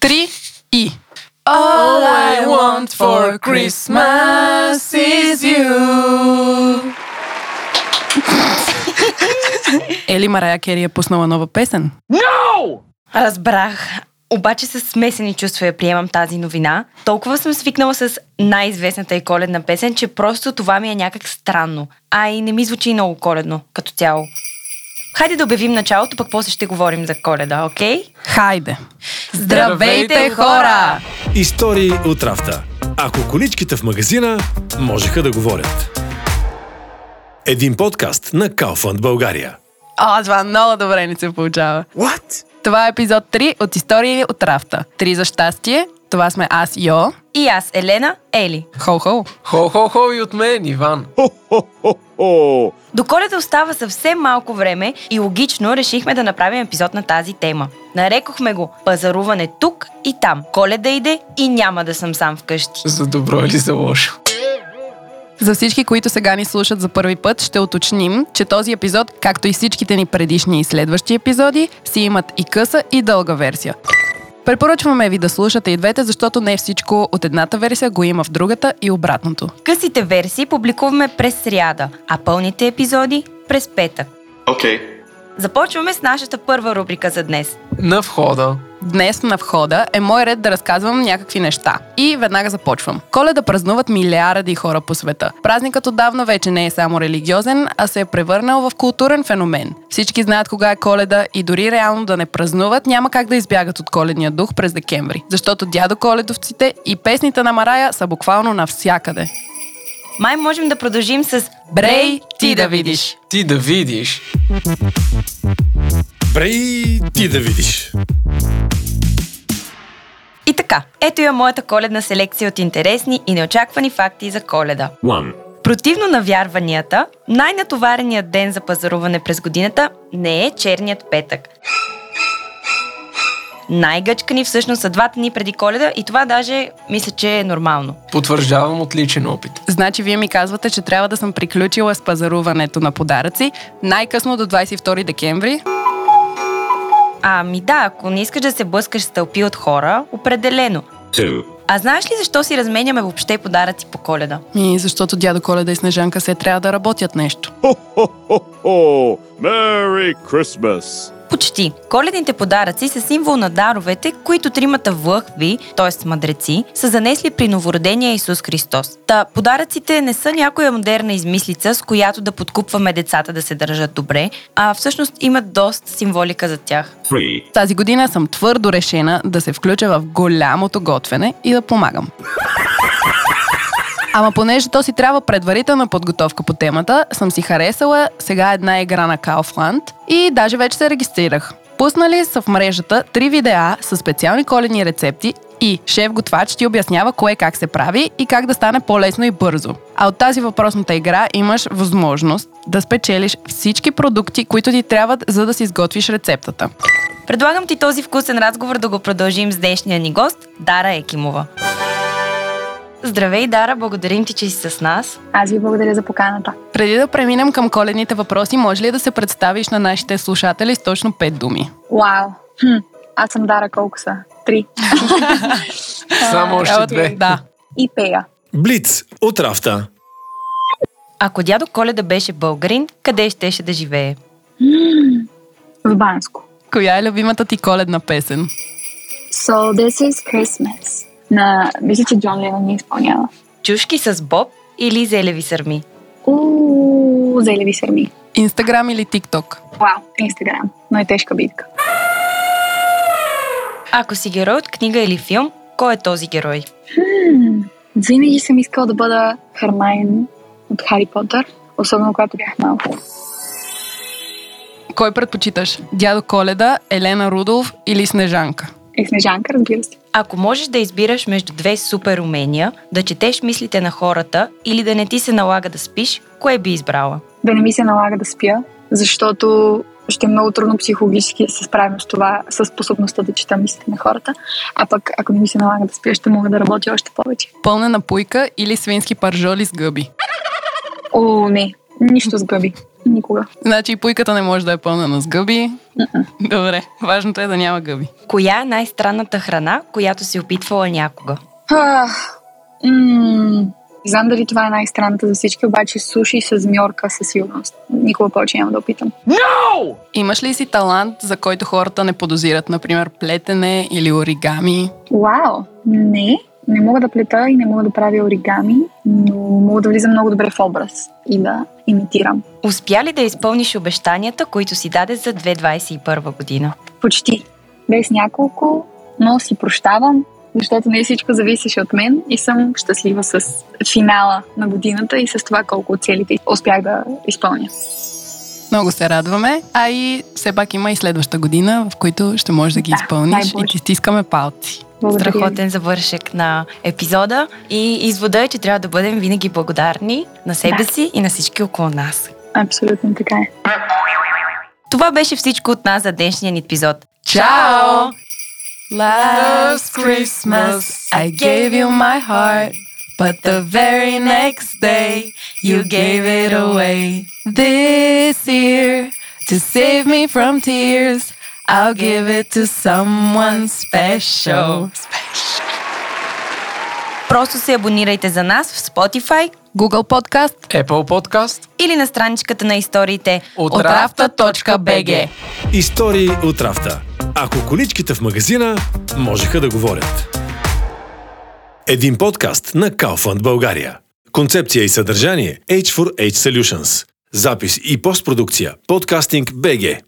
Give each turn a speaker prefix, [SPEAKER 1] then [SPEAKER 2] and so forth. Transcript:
[SPEAKER 1] три и...
[SPEAKER 2] All I want for Christmas is you.
[SPEAKER 1] Ели Марая Кери е пуснала нова песен.
[SPEAKER 3] Разбрах. Обаче с смесени чувства я приемам тази новина. Толкова съм свикнала с най-известната и коледна песен, че просто това ми е някак странно. А и не ми звучи много коледно като цяло. Хайде да обявим началото, пък после ще говорим за коледа, окей?
[SPEAKER 1] Хайде!
[SPEAKER 2] Здравейте, хора!
[SPEAKER 4] Истории от рафта. Ако количките в магазина можеха да говорят. Един подкаст на Kaufland България.
[SPEAKER 1] О, това много добре не се получава.
[SPEAKER 4] What?
[SPEAKER 1] Това е епизод 3 от Истории от Рафта. Три за щастие. Това сме аз, Йо.
[SPEAKER 3] И аз, Елена, Ели.
[SPEAKER 1] Хо-хо.
[SPEAKER 2] Хо-хо-хо и от мен, Иван.
[SPEAKER 3] До коледа остава съвсем малко време и логично решихме да направим епизод на тази тема. Нарекохме го пазаруване тук и там. Коледа иде и няма да съм сам вкъщи.
[SPEAKER 2] За добро или за лошо?
[SPEAKER 1] За всички, които сега ни слушат за първи път, ще уточним, че този епизод, както и всичките ни предишни и следващи епизоди, си имат и къса и дълга версия. Препоръчваме ви да слушате и двете, защото не всичко от едната версия го има в другата и обратното.
[SPEAKER 3] Късите версии публикуваме през сряда, а пълните епизоди през петък.
[SPEAKER 5] Окей.
[SPEAKER 3] Започваме с нашата първа рубрика за днес.
[SPEAKER 2] На входа.
[SPEAKER 1] Днес на входа е мой ред да разказвам някакви неща. И веднага започвам. Коледа празнуват милиарди хора по света. Празникът отдавна вече не е само религиозен, а се е превърнал в културен феномен. Всички знаят кога е коледа и дори реално да не празнуват, няма как да избягат от коледния дух през декември. Защото дядо коледовците и песните на Марая са буквално навсякъде.
[SPEAKER 3] Май можем да продължим с
[SPEAKER 1] Брей, ти да видиш!
[SPEAKER 2] Ти да видиш.
[SPEAKER 4] Брей, ти да видиш.
[SPEAKER 3] И така, ето я моята коледна селекция от интересни и неочаквани факти за коледа.
[SPEAKER 4] One.
[SPEAKER 3] Противно на вярванията, най-натовареният ден за пазаруване през годината не е черният петък. Най-гъчкани всъщност са двата дни преди коледа и това даже мисля, че е нормално.
[SPEAKER 2] Потвърждавам от личен опит.
[SPEAKER 1] Значи вие ми казвате, че трябва да съм приключила с пазаруването на подаръци най-късно до 22 декември,
[SPEAKER 3] Ами да, ако не искаш да се блъскаш с тълпи от хора, определено.
[SPEAKER 5] Two.
[SPEAKER 3] А знаеш ли защо си разменяме въобще подаръци по коледа?
[SPEAKER 1] Ми, защото дядо Коледа и Снежанка се трябва да работят нещо.
[SPEAKER 6] Oh, Merry Christmas.
[SPEAKER 3] Почти. Коледните подаръци са символ на даровете, които тримата влъхви, т.е. мъдреци, са занесли при новородения Исус Христос. Та подаръците не са някоя модерна измислица, с която да подкупваме децата да се държат добре, а всъщност имат доста символика за тях.
[SPEAKER 5] Three.
[SPEAKER 1] Тази година съм твърдо решена да се включа в голямото готвене и да помагам. Ама понеже то си трябва предварителна подготовка по темата, съм си харесала сега една игра на Kaufland и даже вече се регистрирах. Пуснали са в мрежата три видеа с специални коледни рецепти и шеф-готвач ти обяснява кое как се прави и как да стане по-лесно и бързо. А от тази въпросната игра имаш възможност да спечелиш всички продукти, които ти трябват, за да си изготвиш рецептата.
[SPEAKER 3] Предлагам ти този вкусен разговор да го продължим с днешния ни гост, Дара Екимова. Здравей, Дара, благодарим ти, че си с нас.
[SPEAKER 7] Аз ви благодаря за поканата.
[SPEAKER 1] Преди да преминем към коледните въпроси, може ли да се представиш на нашите слушатели с точно пет думи?
[SPEAKER 7] Вау! Хм. Аз съм Дара колко са? Три.
[SPEAKER 2] Само още
[SPEAKER 1] Трябва
[SPEAKER 2] две.
[SPEAKER 1] Да.
[SPEAKER 7] И пея.
[SPEAKER 4] Блиц от рафта.
[SPEAKER 3] Ако дядо Коледа беше българин, къде щеше да живее?
[SPEAKER 7] В Банско.
[SPEAKER 1] Коя е любимата ти коледна песен?
[SPEAKER 7] So this is Christmas. На, мисля, че Джон Ленон ни е изпълнява.
[SPEAKER 3] Чушки с боб или зелеви сърми?
[SPEAKER 7] Уу, зелеви сърми.
[SPEAKER 1] Инстаграм или ТикТок?
[SPEAKER 7] Вау, Инстаграм. Но е тежка битка.
[SPEAKER 3] Ако си герой от книга или филм, кой е този герой?
[SPEAKER 7] Хм. Винаги съм искала да бъда Хармайн от Хари Потър. Особено когато бях малко.
[SPEAKER 1] Кой предпочиташ? Дядо Коледа, Елена Рудолф или Снежанка?
[SPEAKER 7] И Снежанка, Е, разбира се.
[SPEAKER 3] Ако можеш да избираш между две супер умения, да четеш мислите на хората или да не ти се налага да спиш, кое би избрала?
[SPEAKER 7] да не ми се налага да спя, защото ще е много трудно психологически да се справим с това, с способността да чета мислите на хората. А пък, ако не ми се налага да спя, ще мога да работя още повече.
[SPEAKER 1] Пълнена пуйка или свински паржоли с гъби?
[SPEAKER 7] О, не. Нищо с гъби. Никога.
[SPEAKER 1] Значи и пуйката не може да е пълнена с гъби. Добре, важното е да няма гъби.
[SPEAKER 3] Коя е най-странната храна, която си опитвала някога?
[SPEAKER 7] А, м- не знам дали това е най-странната за всички, обаче суши с змьорка със сигурност. Никога повече няма да опитам.
[SPEAKER 1] Имаш ли си талант, за който хората не подозират? Например, плетене или оригами?
[SPEAKER 7] Вау! Не, не мога да плета и не мога да правя оригами, но мога да влизам много добре в образ и да имитирам.
[SPEAKER 3] Успя ли да изпълниш обещанията, които си даде за 2021 година?
[SPEAKER 7] Почти. Без няколко, но си прощавам, защото не всичко зависеше от мен и съм щастлива с финала на годината и с това колко от целите успях да изпълня.
[SPEAKER 1] Много се радваме, а и все пак има и следваща година, в които ще можеш да ги
[SPEAKER 7] Да,
[SPEAKER 1] изпълниш и
[SPEAKER 7] най-боже.
[SPEAKER 1] ти стискаме палци.
[SPEAKER 7] Благодаря ви.
[SPEAKER 3] Страхотен завършек на епизода и извода е, че трябва да бъдем винаги благодарни на себе
[SPEAKER 7] Да.
[SPEAKER 3] си и на всички около нас.
[SPEAKER 7] Абсолютно така е.
[SPEAKER 3] Това беше всичко от нас за днешния ни епизод.
[SPEAKER 1] Чао! Last Christmas, I gave you my heart, but the very next day, you gave it away. This year, to save me from tears, I'll give it to someone special.
[SPEAKER 3] Просто се абонирайте за нас в Spotify
[SPEAKER 1] Google Podcast
[SPEAKER 2] Apple Podcast.
[SPEAKER 3] или на страничката на историите
[SPEAKER 2] От
[SPEAKER 1] от rafta.bg
[SPEAKER 4] Истории от рафта. Ако количките в магазина можеха да говорят. Един подкаст на Kaufland България. Концепция и съдържание H4H Solutions. Запис и постпродукция Podcasting BG.